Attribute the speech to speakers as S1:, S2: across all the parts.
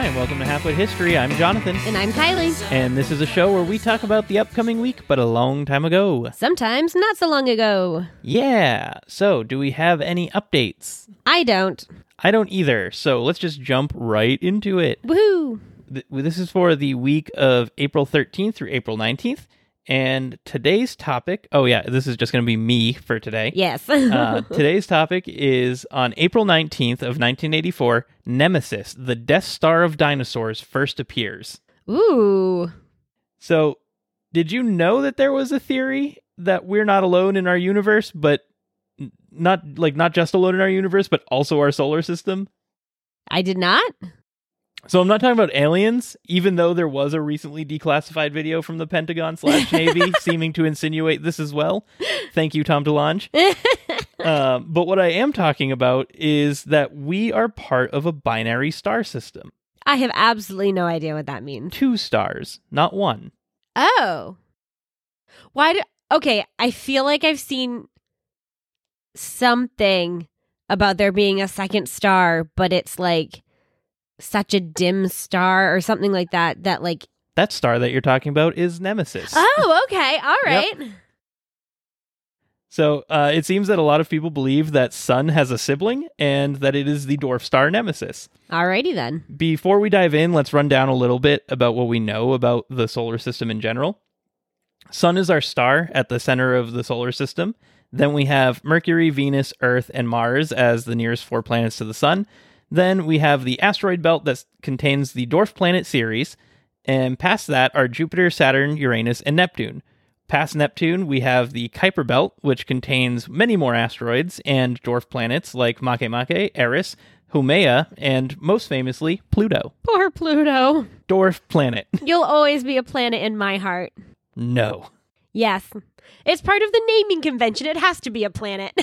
S1: and welcome to Halfway to History. I'm Jonathan,
S2: And I'm Kylie.
S1: and this is a show where we talk about the upcoming week, but a long time ago.
S2: Sometimes not so long ago.
S1: Yeah, so do we have any updates?
S2: I don't.
S1: I don't either, so let's just jump right into it.
S2: Woohoo!
S1: Th- This is for the week of April 13th through April 19th, and today's topic oh, yeah, this is just going to be me for today.
S2: Yes.
S1: Uh, today's topic is on April 19th of 1984, Nemesis, the Death Star of dinosaurs first appears.
S2: Ooh.
S1: So, did you know that there was a theory that we're not alone in our universe, but n- not like not just alone in our universe, but also our solar system?
S2: I did not?
S1: So, I'm not talking about aliens, even though there was a recently declassified video from the Pentagon slash Navy seeming to insinuate this as well. Thank you, Tom DeLonge. Uh, but what I am talking about is that we are part of a binary star system.
S2: I have absolutely no idea what that means.
S1: Two stars, not one.
S2: Oh. Why do Okay, I feel like I've seen something about there being a second star, but it's like such a dim star or something like that that like
S1: That star that you're talking about is Nemesis.
S2: Oh, okay. All
S1: Yep.
S2: right.
S1: So uh, it seems that a lot of people believe that Sun has a sibling and that it is the dwarf star Nemesis.
S2: Alrighty then.
S1: Before we dive in, let's run down a little bit about what we know about the solar system in general. Sun is our star at the center of the solar system. Then we have Mercury, Venus, Earth, and Mars as the nearest four planets to the Sun. Then we have the asteroid belt that s- contains the dwarf planet Ceres. And past that are Jupiter, Saturn, Uranus, and Neptune. Past Neptune, we have the Kuiper Belt, which contains many more asteroids and dwarf planets like Makemake, Eris, Haumea, and most famously, Pluto.
S2: Poor Pluto.
S1: Dwarf planet.
S2: You'll always be a planet in my heart.
S1: No.
S2: Yes. It's part of the naming convention. It has to be a planet.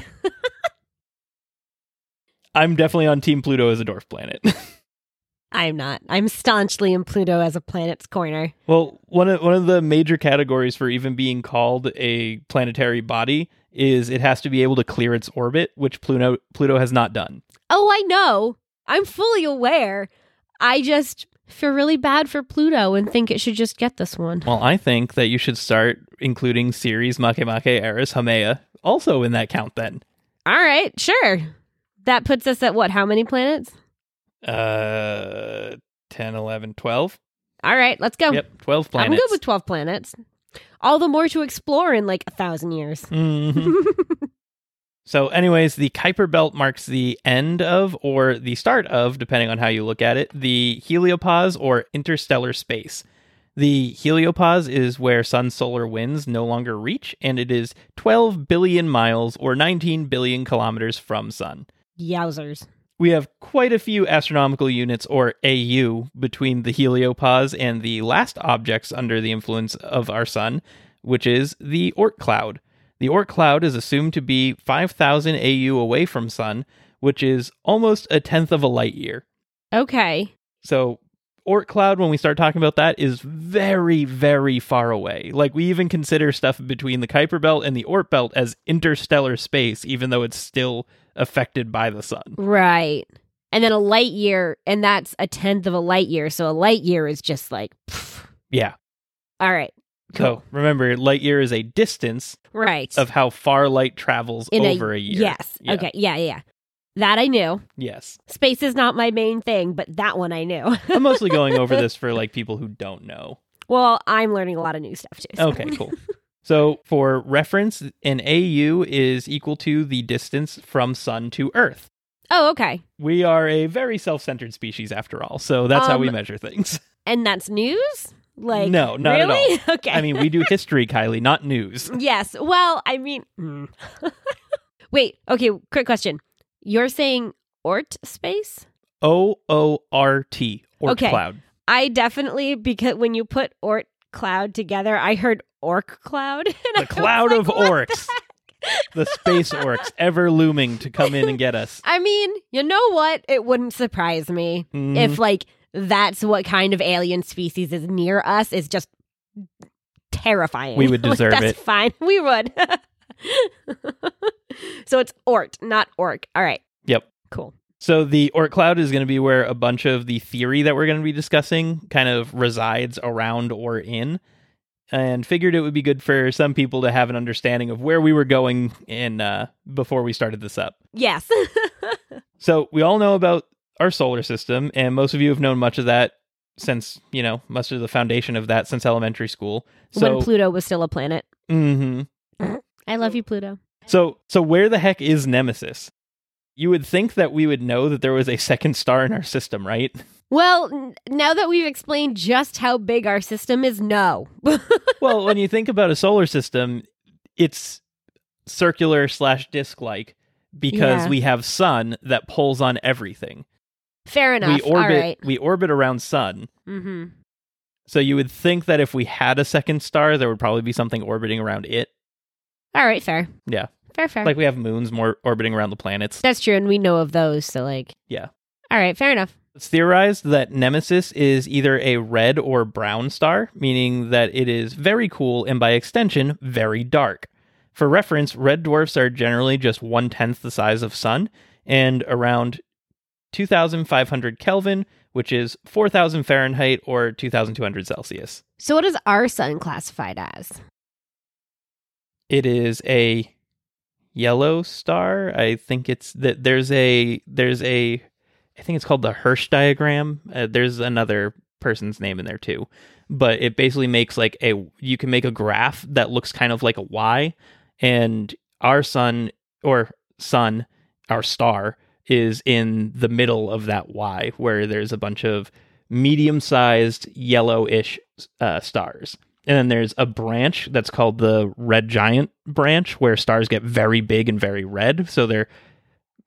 S1: I'm definitely on Team Pluto as a dwarf planet.
S2: I'm not. I'm staunchly in Pluto as a planet's corner.
S1: well, one of, one of the major categories for even being called a planetary body is it has to be able to clear its orbit, which Pluto Pluto has not done.
S2: Oh, I know. I'm fully aware. I just feel really bad for Pluto and think it should just get this one.
S1: Well, I think that you should start including Ceres, Makemake, Eris, Haumea also in that count then.
S2: All right, sure. That puts us at what? How many planets?
S1: Uh 10, 11, 12?
S2: All right, let's go.
S1: Yep, 12 planets.
S2: Oh. I'm good with 12 planets. All the more to explore in like a thousand years.
S1: Mhm. so, anyways, the Kuiper Belt marks the end of, or the start of, depending on how you look at it, the heliopause or interstellar space. The heliopause is where sun solar winds no longer reach, and it is 12 billion miles or 19 billion kilometers from sun.
S2: Yowzers.
S1: We have quite a few astronomical units, or AU, between the heliopause and the last objects under the influence of our sun, which is the Oort cloud. The Oort cloud is assumed to be 5,000 AU away from sun, which is almost a tenth of a light year.
S2: Okay.
S1: So, Oort cloud, when we start talking about that, is very, very far away. Like, we even consider stuff between the Kuiper Belt and the Oort Belt as interstellar space, even though it's still affected by the sun.
S2: Right. And then a light year, and that's a tenth of a light year. So a light year is just like, pff.
S1: Yeah.
S2: all right.
S1: So remember, light year is a distance
S2: Right.
S1: of how far light travels over a, year.
S2: Yes.
S1: Yeah.
S2: Okay. Yeah, yeah. That I knew.
S1: Yes.
S2: Space is not my main thing, but that one I knew.
S1: I'm mostly going over this for like people who don't know.
S2: well, I'm learning a lot of new stuff too. so.
S1: Okay, cool. So for reference, an AU is equal to the distance from sun to earth.
S2: Oh, okay.
S1: We are a very self-centered species after all. So that's how we
S2: Um,
S1: measure things.
S2: And that's news? Like
S1: No, not at
S2: really? Okay.
S1: I mean, we do history, Kylie, not news.
S2: Yes. Well, I mean mm. Wait, okay, quick question. You're saying Ort space?
S1: O O R T or
S2: Okay.
S1: cloud.
S2: I definitely because when you put Ort Cloud together, I heard Orc Cloud. And I
S1: The
S2: was
S1: cloud
S2: like,
S1: of
S2: "What
S1: orcs. The space orcs ever looming to come in and get us.
S2: I mean, you know what? It wouldn't surprise me
S1: Mhm.
S2: if like that's what kind of alien species is near us is just terrifying.
S1: We would
S2: Like,
S1: deserve
S2: that's
S1: it.
S2: Fine, we would. so it's Ort, not Orc. All right,
S1: Yep.
S2: cool.
S1: So the Oort cloud is going to be where a bunch of the theory that we're going to be discussing kind of resides around or in. And figured it would be good for some people to have an understanding of where we were going in uh, before we started this up.
S2: Yes.
S1: So we all know about our solar system, and most of you have known much of that since you know much of the foundation of that since elementary school. So,
S2: when Pluto was still a planet.
S1: hmm
S2: I love you, Pluto.
S1: so so where the heck is Nemesis? You would think that we would know that there was a second star in our system, right?
S2: Well, n- now that we've explained just how big our system is, no.
S1: well, when you think about a solar system, it's circular slash disc like because
S2: Yeah.
S1: we have sun that pulls on everything.
S2: Fair enough.
S1: We orbit
S2: All right.
S1: we orbit around sun.
S2: Mm-hmm.
S1: So you would think that if we had a second star, there would probably be something orbiting around it.
S2: All right, fair.
S1: Yeah.
S2: Fair, fair.
S1: Like we have moons more orbiting around the planets.
S2: That's true, and we know of those, so like
S1: Yeah.
S2: All right, fair enough.
S1: It's theorized that Nemesis is either a red or brown star, meaning that it is very cool and by extension, very dark. For reference, red dwarfs are generally just one tenth the size of Sun and around 2,500 Kelvin, which is 4,000 Fahrenheit or 2,200 Celsius.
S2: So what is our sun classified as?
S1: It is a yellow star. I think it's that there's a there's a I think it's called the Hirsch diagram. Uh, there's another person's name in there too. But it basically makes like a you can make a graph that looks kind of like a Y and our sun or sun our star is in the middle of that Y where there's a bunch of medium-sized yellowish uh, stars. And then there's a branch that's called the red giant branch where stars get very big and very red. So they're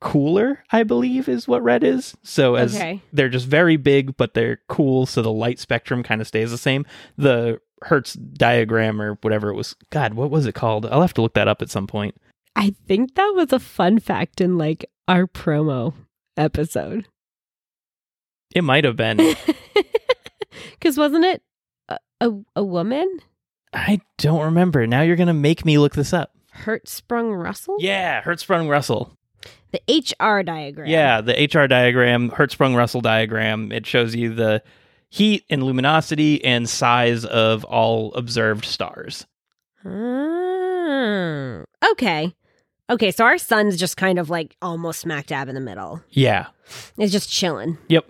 S1: cooler, I believe, is what red is. So as
S2: Okay.
S1: they're just very big, but they're cool. So the light spectrum kind of stays the same. The Hertz diagram or whatever it was. God, what was it called? I'll have to look that up at some point.
S2: I think that was a fun fact in like our promo episode.
S1: It might have been.
S2: Because wasn't it a, a, a woman?
S1: I don't remember. Now you're going to make me look this up.
S2: Hertzsprung Russell?
S1: Yeah, Hertzsprung Russell.
S2: The HR diagram.
S1: Yeah, the HR diagram, Hertzsprung Russell diagram. It shows you the heat and luminosity and size of all observed stars.
S2: Oh, okay. Okay, so our sun's just kind of like almost smack dab in the middle.
S1: Yeah.
S2: It's just chilling.
S1: Yep.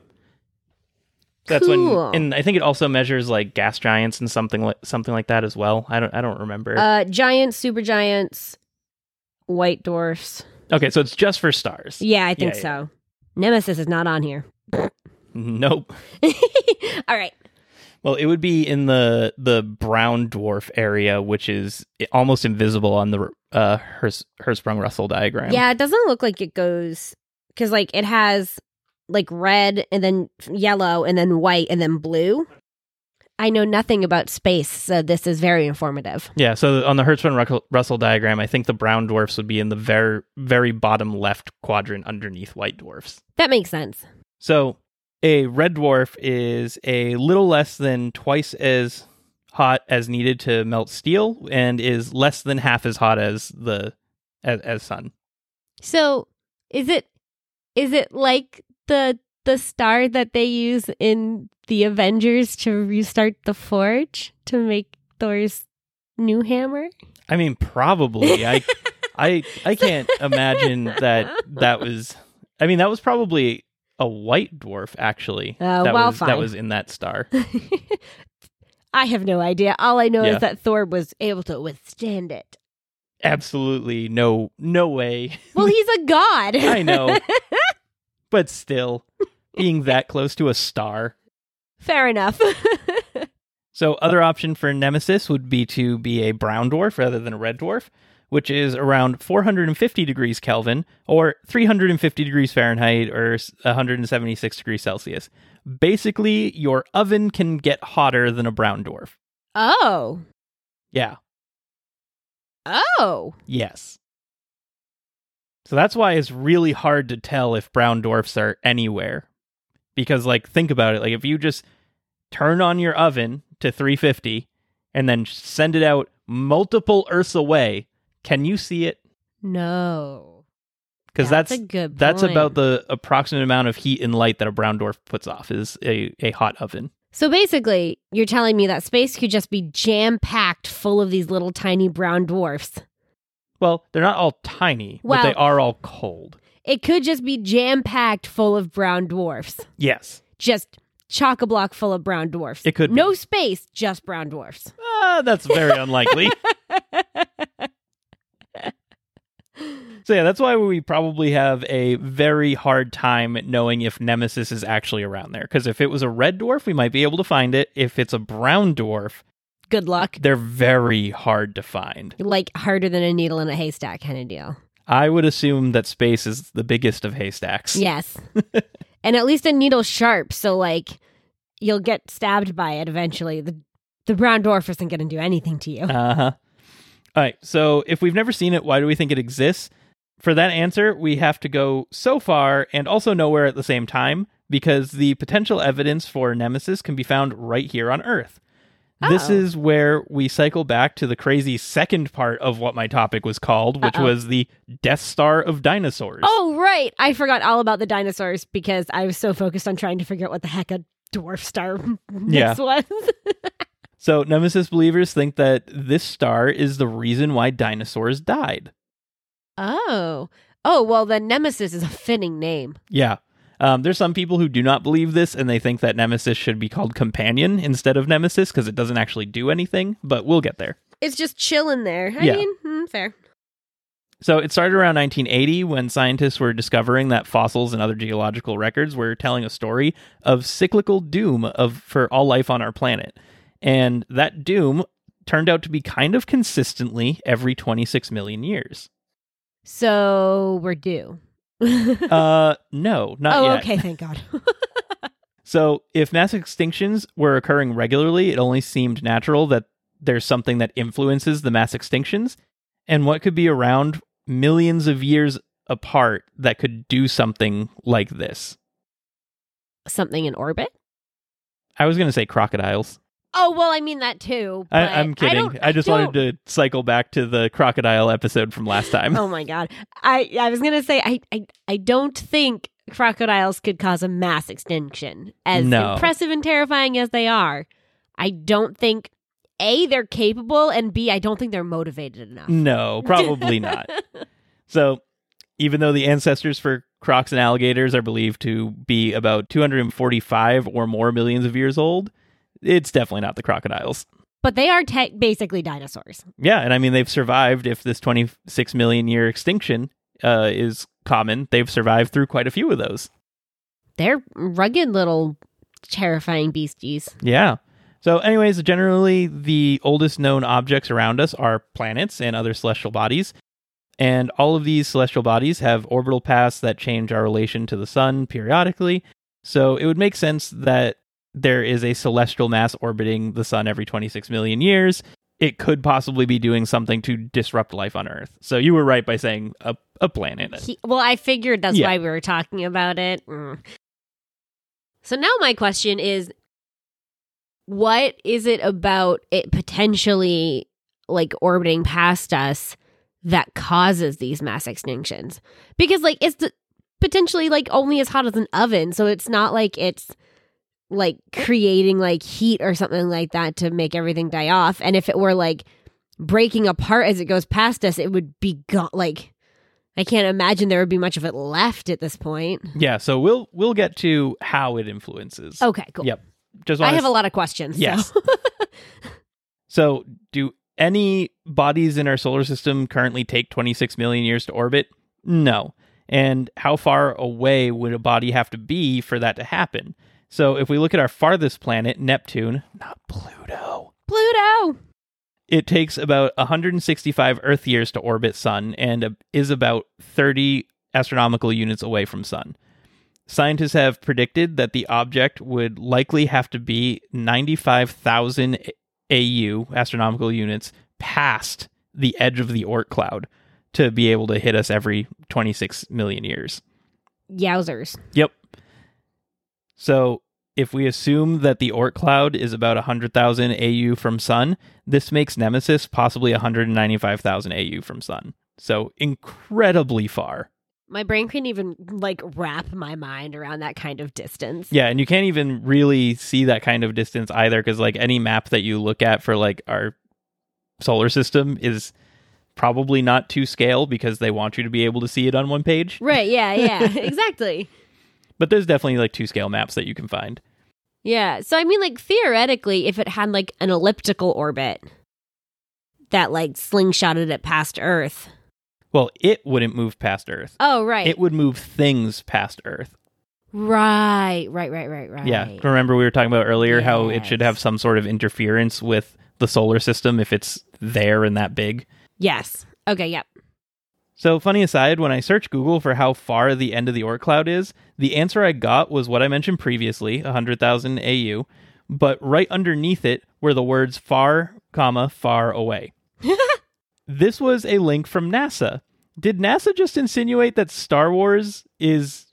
S1: That's
S2: Cool.
S1: when, and I think it also measures like gas giants and something like something like that as well. I don't, I don't remember.
S2: Uh, giants, super giants, white dwarfs.
S1: okay, so it's just for stars.
S2: Yeah, I think
S1: Yeah,
S2: so. Nemesis is not on here.
S1: Nope.
S2: All right.
S1: Well, it would be in the the brown dwarf area, which is almost invisible on the uh, Hertz, Hertzsprung Russell diagram.
S2: Yeah, it doesn't look like it goes because like it has like red and then yellow and then white and then blue. I know nothing about space, so this is very informative.
S1: Yeah, so on the Hertzsprung Russell diagram, I think the brown dwarfs would be in the very very bottom left quadrant underneath white dwarfs.
S2: That makes sense.
S1: So, a red dwarf is a little less than twice as hot as needed to melt steel and is less than half as hot as the as, as sun.
S2: So, is it is it like the the star that they use in the Avengers to restart the forge to make Thor's new hammer?
S1: I mean, probably. I I I can't imagine that that was I mean, that was probably a white dwarf actually.
S2: Uh,
S1: that
S2: well,
S1: was that
S2: fine.
S1: was in that star.
S2: I have no idea. All I know
S1: Yeah.
S2: is that Thor was able to withstand it.
S1: Absolutely no no way.
S2: Well, he's a god.
S1: I know. but still, being that close to a star.
S2: Fair enough.
S1: So, other option for Nemesis would be to be a brown dwarf rather than a red dwarf, which is around 450 degrees Kelvin or 350 degrees Fahrenheit or s- 176 degrees Celsius. Basically, your oven can get hotter than a brown dwarf.
S2: oh.
S1: Yeah.
S2: Oh.
S1: Yes. So that's why it's really hard to tell if brown dwarfs are anywhere. Because like think about it, like if you just turn on your oven to 350 and then send it out multiple earths away, can you see it?
S2: No.
S1: because that's
S2: a good. Point.
S1: that's about the approximate amount of heat and light that a brown dwarf puts off is a, a hot oven.
S2: So basically, you're telling me that space could just be jam packed full of these little tiny brown dwarfs.
S1: Well, they're not all tiny,
S2: Well-
S1: but they are all cold.
S2: It could just be jam packed full of brown dwarfs.
S1: Yes.
S2: Just chock a block full of brown dwarfs.
S1: It could be.
S2: No space, just brown dwarfs.
S1: Ah, that's very unlikely. So yeah, that's why we probably have a very hard time knowing if Nemesis is actually around there. Because if it was a red dwarf, we might be able to find it. If it's a brown dwarf,
S2: Good luck.
S1: they're very hard to find.
S2: Like harder than a needle in a haystack kind of deal.
S1: I would assume that space is the biggest of haystacks.
S2: Yes. and at least a needle sharp, so like you'll get stabbed by it eventually. The the brown dwarf isn't gonna do anything to you.
S1: Uh huh. All right. So if we've never seen it, why do we think it exists? For that answer, we have to go so far and also nowhere at the same time because the potential evidence for Nemesis can be found right here on Earth. This
S2: Oh.
S1: is where we cycle back to the crazy second part of what my topic was called, which
S2: Uh-oh.
S1: was the Death Star of Dinosaurs.
S2: Oh right. I forgot all about the dinosaurs because I was so focused on trying to figure out what the heck a dwarf star
S1: Yeah.
S2: mix was.
S1: So, Nemesis believers think that this star is the reason why dinosaurs died.
S2: oh. Oh well then Nemesis is a fitting name.
S1: Yeah. Um, there's some people who do not believe this and they think that Nemesis should be called Companion instead of Nemesis because it doesn't actually do anything, but we'll get there.
S2: It's just chilling there. I
S1: Yeah.
S2: mean, mm, fair.
S1: So it started around 1980 when scientists were discovering that fossils and other geological records were telling a story of cyclical doom of for all life on our planet. And that doom turned out to be kind of consistently every 26 million years.
S2: So we're due.
S1: Uh no, not
S2: oh,
S1: yet.
S2: okay, thank God.
S1: So, if mass extinctions were occurring regularly, it only seemed natural that there's something that influences the mass extinctions and what could be around millions of years apart that could do something like this.
S2: Something in orbit?
S1: I was going to say crocodiles.
S2: Oh well, I mean that too.
S1: I,
S2: but
S1: I'm kidding.
S2: don't-
S1: I, just
S2: don't-
S1: wanted to cycle back to the crocodile episode from last time.
S2: Oh my god! I I was gonna say I I, I don't think crocodiles could cause a mass extinction. As
S1: No.
S2: impressive and terrifying as they are, I don't think a they're capable, and b I don't think they're motivated enough.
S1: No, probably not. So, even though the ancestors for crocs and alligators are believed to be about 245 or more millions of years old, it's definitely not the crocodiles.
S2: but they are te- basically dinosaurs.
S1: Yeah, and I mean they've survived if this 26 million year extinction uh, is common. They've survived through quite a few of those.
S2: They're rugged little terrifying beasties.
S1: Yeah. So, anyways, generally the oldest known objects around us are planets and other celestial bodies. And all of these celestial bodies have orbital paths that change our relation to the sun periodically. So, it would make sense that there is a celestial mass orbiting the sun every 26 million years. It could possibly be doing something to disrupt life on Earth. So, you were right by saying a, a planet.
S2: He- well, I figured that's
S1: Yeah.
S2: why we were talking about it. Mm. So now my question is what is it about it potentially like orbiting past us that causes these mass extinctions? Because like it's the, potentially like only as hot as an oven, so it's not like it's like creating like heat or something like that to make everything die off. And if it were like breaking apart as it goes past us, it would be gone. Like I can't imagine there would be much of it left at this point.
S1: Yeah, so we'll we'll get to how it influences.
S2: Okay, cool.
S1: Yep. Just
S2: Oh, I
S1: wanna
S2: have a lot of questions. so-
S1: Yes. So, do any bodies in our solar system currently take 26 million years to orbit? No. And how far away would a body have to be for that to happen? So, if we look at our farthest planet, Neptune, not Pluto,
S2: Pluto.
S1: it takes about 165 Earth years to orbit Sun and uh, is about 30 astronomical units away from Sun. Scientists have predicted that the object would likely have to be 95,000 AU astronomical units past the edge of the Oort cloud to be able to hit us every 26 million years.
S2: Yowzers.
S1: Yep. So if we assume that the Oort cloud is about 100,000 AU from Sun, this makes Nemesis possibly 195,000 AU from Sun. So incredibly far.
S2: My brain couldn't even like wrap my mind around that kind of distance.
S1: Yeah, and you can't even really see that kind of distance either because, like, any map that you look at for like our solar system is probably not to scale because they want you to be able to see it on one page.
S2: Right, yeah, yeah. exactly.
S1: But there's definitely like two scale maps that you can find.
S2: Yeah. So I mean like theoretically if it had like an elliptical orbit that like slingshotted it past Earth.
S1: Well, it wouldn't move past Earth.
S2: Oh, right.
S1: It would move things past Earth.
S2: right, right, right, right, right.
S1: Yeah. Remember we were talking about earlier how it should
S2: Yes.
S1: have some sort of interference with the solar system if it's there and that big.
S2: Yes. Okay, yep.
S1: So, funny aside, when I searched Google for how far the end of the Oort cloud is, the answer I got was what I mentioned previously, 100,000 AU, but right underneath it were the words far, comma, far away. this was a link from NASA. Did NASA just insinuate that Star Wars is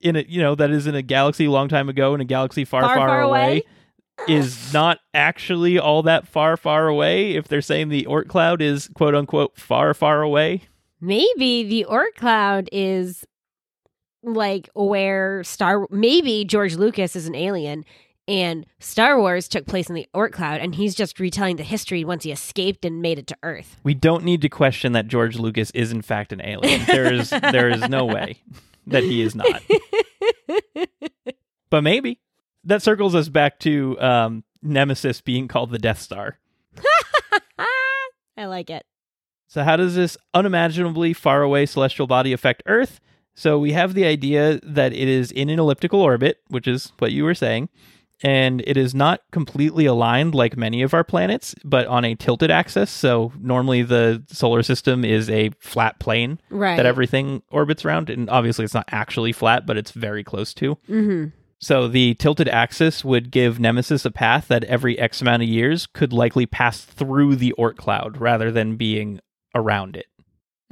S1: in a, you know, that is in a galaxy long time ago and a galaxy far, far,
S2: Far, far away?
S1: is not actually all that far, far away if they're saying the Oort cloud is quote unquote far, far away?
S2: Maybe the Oort cloud is like where Star maybe George Lucas is an alien and Star Wars took place in the Oort cloud and he's just retelling the history once he escaped and made it to Earth.
S1: We don't need to question that George Lucas is in fact an alien. There is there is no way that he is not. But maybe that circles us back to um, Nemesis being called the Death Star.
S2: I like it.
S1: So how does this unimaginably far away celestial body affect Earth? So we have the idea that it is in an elliptical orbit, which is what you were saying, and it is not completely aligned like many of our planets, but on a tilted axis. So normally the solar system is a flat plane
S2: Right.
S1: that everything orbits around. And obviously, it's not actually flat, but it's very close to.
S2: mm-hmm.
S1: So the tilted axis would give Nemesis a path that every X amount of years could likely pass through the Oort cloud rather than being around it.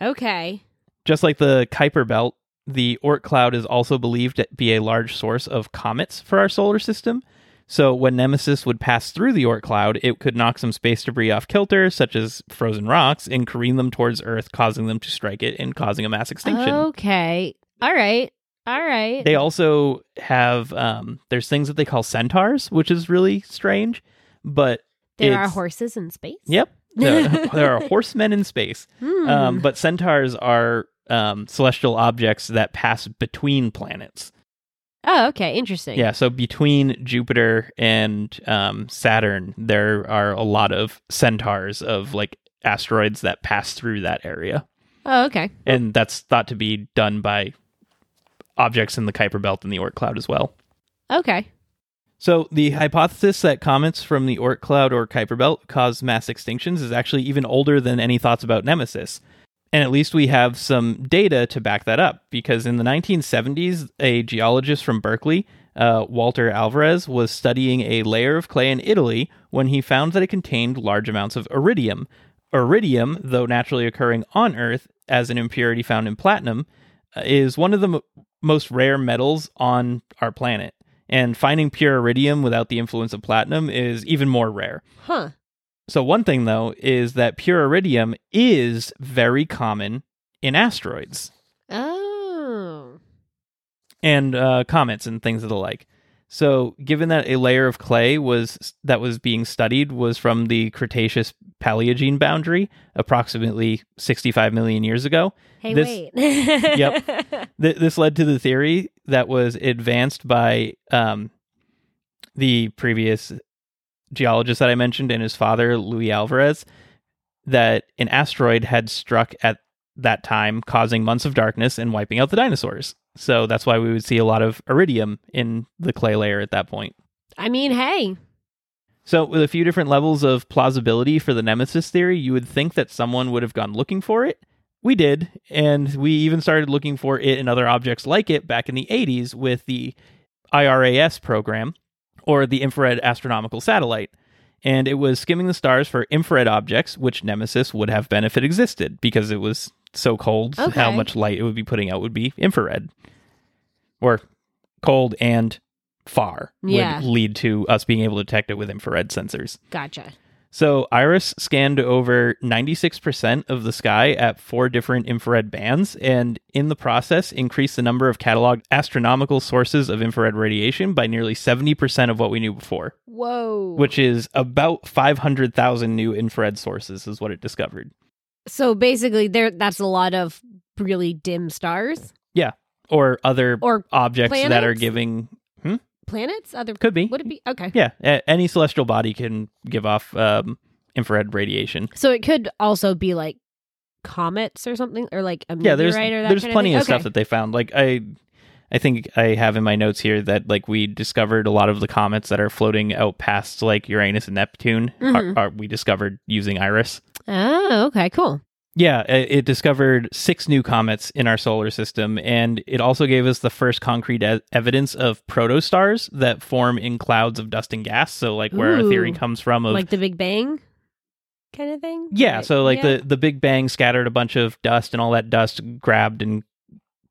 S2: Okay.
S1: Just like the Kuiper Belt, the Oort cloud is also believed to be a large source of comets for our solar system. So when Nemesis would pass through the Oort cloud, it could knock some space debris off kilter, such as frozen rocks, and careen them towards Earth, causing them to strike it and causing a mass extinction.
S2: Oh, Okay. All right. All right.
S1: They also have um there's things that they call centaurs, which is really strange, but
S2: there
S1: it's-
S2: are horses in space.
S1: Yep. There, there are horsemen in space.
S2: Hmm.
S1: Um but centaurs are um celestial objects that pass between planets.
S2: oh, okay. Interesting.
S1: Yeah, so between Jupiter and um Saturn, there are a lot of centaurs of like asteroids that pass through that area.
S2: Oh, okay.
S1: And that's thought to be done by objects in the Kuiper belt and the Oort cloud as well.
S2: Okay.
S1: So the hypothesis that comets from the Oort cloud or Kuiper belt cause mass extinctions is actually even older than any thoughts about Nemesis. And at least we have some data to back that up because in the 1970s, a geologist from Berkeley, uh, Walter Alvarez, was studying a layer of clay in Italy when he found that it contained large amounts of iridium. Iridium, though naturally occurring on Earth as an impurity found in platinum, uh, is one of the m- most rare metals on our planet. And finding pure iridium without the influence of platinum is even more rare.
S2: Huh.
S1: So, one thing though is that pure iridium is very common in asteroids
S2: Oh.
S1: and uh, comets and things of the like. So, given that a layer of clay was that was being studied was from the Cretaceous Paleogene boundary, approximately 65 million years ago,
S2: Hey,
S1: This-
S2: wait.
S1: Yep. Th- this led to the theory that was advanced by um, the previous geologist that I mentioned and his father, Louis Alvarez, that an asteroid had struck at that time, causing months of darkness and wiping out the dinosaurs. So that's why we would see a lot of iridium in the clay layer at that point.
S2: I mean, hey.
S1: So, with a few different levels of plausibility for the Nemesis theory, you would think that someone would have gone looking for it. We did, and we even started looking for it and other objects like it back in the 80s with the IRAS program, or the Infrared Astronomical Satellite. And it was skimming the stars for infrared objects, which Nemesis would have been if it existed, because it was so cold, how
S2: Okay.
S1: much light it would be putting out would be infrared. Or cold and far
S2: Yeah.
S1: would lead to us being able to detect it with infrared sensors.
S2: Gotcha.
S1: So Iris scanned over 96% of the sky at four different infrared bands, and in the process, increased the number of cataloged astronomical sources of infrared radiation by nearly 70% of what we knew before,
S2: Whoa.
S1: which is about 500,000 new infrared sources, is what it discovered.
S2: so basically there that's a lot of really dim stars
S1: Or other
S2: or
S1: objects that are
S2: planets?
S1: giving.
S2: planets, other
S1: Could be.
S2: would it be okay.
S1: Yeah, a- any celestial body can give off um, infrared radiation.
S2: So it could also be like comets or something or like a
S1: yeah,
S2: meteorite
S1: there's
S2: or that
S1: there's
S2: kind
S1: plenty
S2: of,
S1: of,
S2: thing?
S1: stuff
S2: Okay.
S1: that they found. Like I, I think I have in my notes here that like we discovered a lot of the comets that are floating out past like Uranus and Neptune.
S2: Mhm.
S1: Are, are we discovered using IRIS?
S2: Oh, okay, cool.
S1: Yeah, i- it discovered six new comets in our solar system, and it also gave us the first concrete e- evidence of protostars that form in clouds of dust and gas. So, like where our theory
S2: Ooh.
S1: comes from of
S2: like the Big Bang kind of thing.
S1: Yeah, so like
S2: Yeah.
S1: the the Big Bang scattered a bunch of dust, and all that dust grabbed and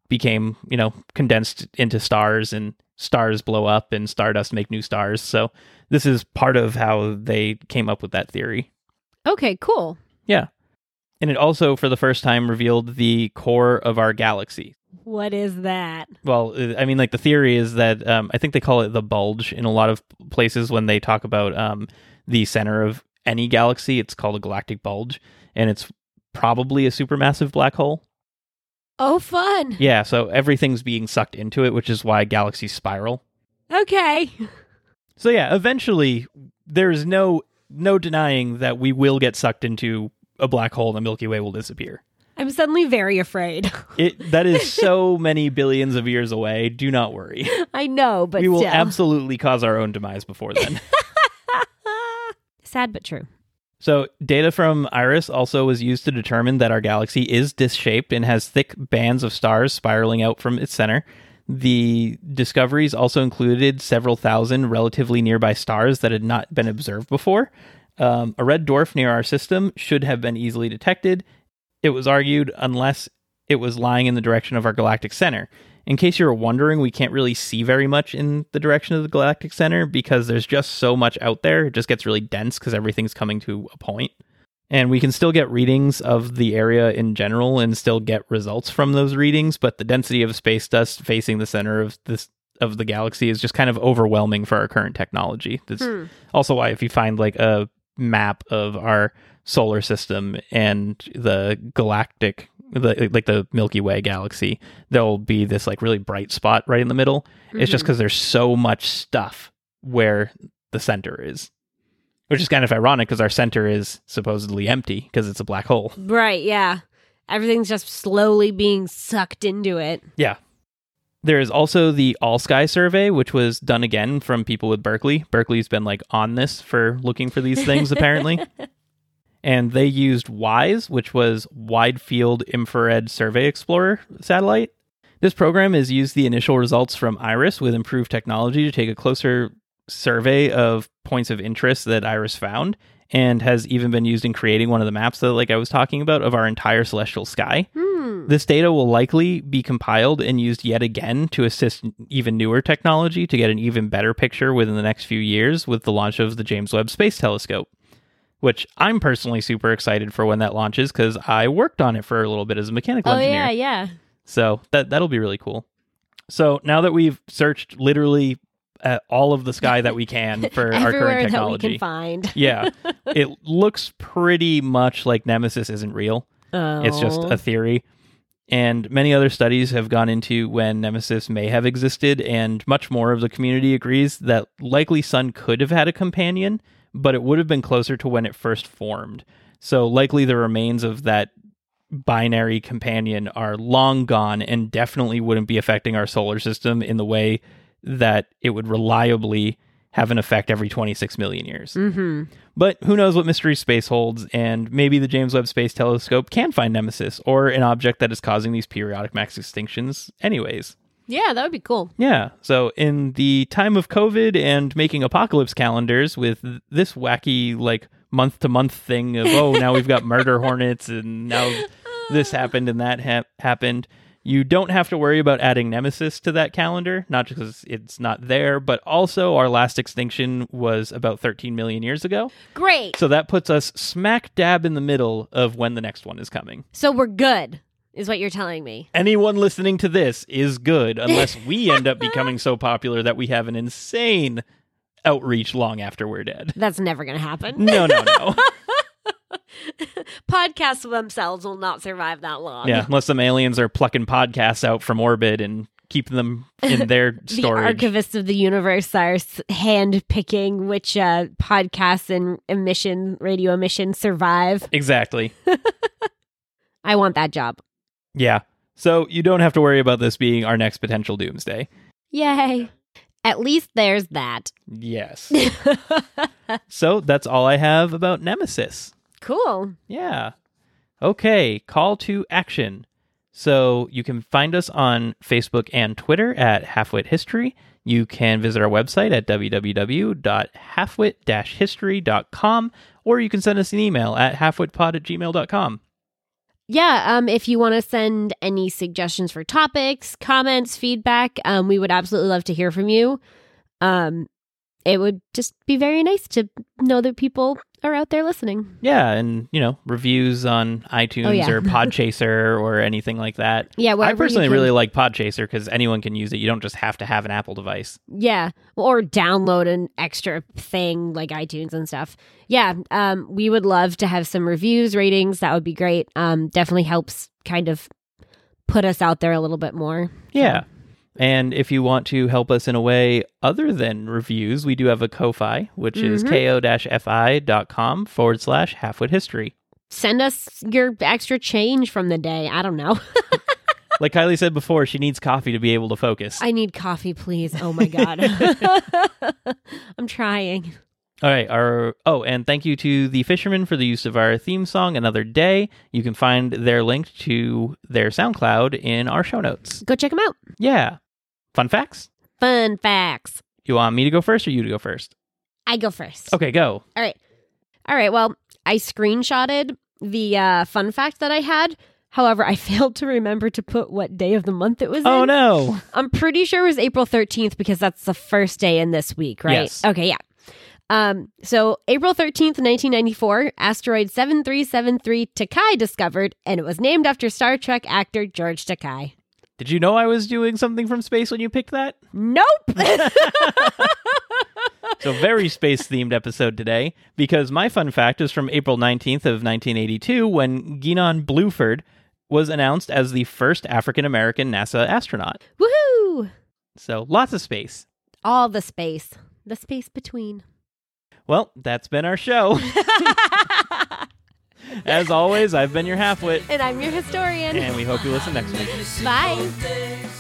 S1: became you know condensed into stars, and stars blow up, and stardust make new stars. So this is part of how they came up with that theory,
S2: Okay, cool.
S1: and it also for the first time revealed the core of our galaxy.
S2: What is that?
S1: Well, uh, I mean, like the theory is that um, I think they call it the bulge in a lot of places when they talk about um, the center of any galaxy. It's called a galactic bulge, and it's probably a supermassive black hole.
S2: Oh, fun.
S1: Yeah, so everything's being sucked into it, which is why galaxies spiral.
S2: Okay.
S1: So yeah, eventually there's no no denying that we will get sucked into a black hole and the Milky Way will disappear.
S2: I'm suddenly very afraid.
S1: It that is so many billions of years away. Do not worry.
S2: I know, but
S1: we will
S2: still.
S1: absolutely cause our own demise before then.
S2: Sad but true.
S1: so, data from IRIS also was used to determine that our galaxy is disc-shaped and has thick bands of stars spiraling out from its center. The discoveries also included several thousand relatively nearby stars that had not been observed before. Um, a red dwarf near our system should have been easily detected, it was argued, unless it was lying in the direction of our galactic center. In case you were wondering, we can't really see very much in the direction of the galactic center because there's just so much out there. It just gets really dense because everything's coming to a point. And we can still get readings of the area in general and still get results from those readings, but the density of space dust facing the center of this of the galaxy is just kind of overwhelming for our current technology. That's
S2: Hmm.
S1: also why if you find like a map of our solar system and the galactic the, like the milky way galaxy there'll be this like really bright spot right in the middle it's just
S2: Mhm.
S1: because there's so much stuff where the center is which is kind of ironic because our center is supposedly empty because it's a black hole
S2: Right, yeah. Everything's just slowly being sucked into it.
S1: There is also the All Sky survey, which was done again from people with Berkeley. Berkeley's been like on this for looking for these things, apparently. And they used WISE, which was Wide Field Infrared Survey Explorer satellite. This program has used the initial results from IRIS with improved technology to take a closer survey of points of interest that IRIS found, and has even been used in creating one of the maps that, like I was talking about, of our entire celestial sky.
S2: Hmm.
S1: This data will likely be compiled and used yet again to assist even newer technology to get an even better picture within the next few years with the launch of the James Webb Space Telescope, which I'm personally super excited for when that launches because I worked on it for a little bit as a mechanical
S2: Oh,
S1: engineer.
S2: yeah, yeah.
S1: So that that'll be really cool. So now that we've searched literally uh, all of the sky that we can for our current
S2: Everywhere that we
S1: technology,
S2: can find.
S1: yeah, it looks pretty much like Nemesis isn't real.
S2: Oh.
S1: It's just a theory. And many other studies have gone into when Nemesis may have existed, and much more of the community agrees that likely Sun could have had a companion, but it would have been closer to when it first formed. So, likely the remains of that binary companion are long gone and definitely wouldn't be affecting our solar system in the way that it would reliably have an effect every 26 million years.
S2: hmm
S1: But who knows what mystery space holds, and maybe the James Webb Space Telescope can find Nemesis or an object that is causing these periodic mass extinctions, anyways.
S2: Yeah, that would be cool.
S1: Yeah, so in the time of COVID and making apocalypse calendars with th- this wacky, like, month to month thing of, oh, now we've got murder hornets and now this happened and that ha- happened. You don't have to worry about adding Nemesis to that calendar, not just because it's not there, but also our last extinction was about 13 million years ago.
S2: Great.
S1: So that puts us smack dab in the middle of when the next one is coming.
S2: So we're good, is what you're telling me.
S1: Anyone listening to this is good unless we end up becoming so popular that we have an insane outreach long after we're dead.
S2: That's never going to happen.
S1: No, no, no.
S2: Podcasts themselves will not survive that long.
S1: Yeah, unless some aliens are plucking podcasts out from orbit and keeping them in their
S2: The
S1: storage.
S2: archivists of the universe are s- hand picking which uh, podcasts and emission, radio emissions survive.
S1: exactly.
S2: I want that job.
S1: Yeah. So you don't have to worry about this being our next potential doomsday.
S2: Yay. At least there's that.
S1: Yes. so that's all I have about Nemesis.
S2: cool.
S1: Yeah. Okay, call to action. So you can find us on Facebook and Twitter at Halfwit History. You can visit our website at www.halfwit-history.com or you can send us an email at halfwitpod at gmail.com.
S2: Yeah, um, if you want to send any suggestions for topics, comments, feedback, um, we would absolutely love to hear from you. Um, it would just be very nice to know that people are out there listening.
S1: Yeah, and you know, reviews on iTunes
S2: Oh, yeah.
S1: or Podchaser or anything like that.
S2: Yeah,
S1: I
S2: wherever you
S1: personally
S2: can-
S1: really like Podchaser because anyone can use it. You don't just have to have an Apple device.
S2: yeah, or download an extra thing like iTunes and stuff. Yeah, um, we would love to have some reviews, ratings. That would be great. Um, definitely helps kind of put us out there a little bit more.
S1: Yeah. And if you want to help us in a way other than reviews, we do have a Ko-Fi, which is
S2: Mhm.
S1: ko-fi.com forward slash halfwit history.
S2: Send us your extra change from the day. I don't know.
S1: Like Kylie said before, she needs coffee to be able to focus.
S2: I need coffee, please. Oh my God. I'm trying.
S1: All right. Our, oh, and thank you to The Fishermen for the use of our theme song, Another Day. You can find their link to their SoundCloud in our show notes.
S2: Go check them out.
S1: Yeah. Fun facts?
S2: Fun facts.
S1: You want me to go first or you to go first?
S2: I go first.
S1: Okay, go.
S2: All right. All right. Well, I screenshotted the uh, fun fact that I had. However, I failed to remember to put what day of the month it was
S1: Oh,
S2: in.
S1: no.
S2: I'm pretty sure it was April 13th because that's the first day in this week, right?
S1: Yes.
S2: Okay, yeah. Um, so April 13th, 1994, asteroid 7373 Takai discovered, and it was named after Star Trek actor George Takai.
S1: Did you know I was doing something from space when you picked that?
S2: Nope.
S1: So very space themed episode today because my fun fact is from April 19th of 1982 when Ginon Bluford was announced as the first African American NASA astronaut.
S2: Woohoo!
S1: So lots of space.
S2: All the space, the space between.
S1: Well, that's been our show. As always, I've been your halfwit
S2: and I'm your historian.
S1: and we hope you listen next week.
S2: Bye.
S3: Bye.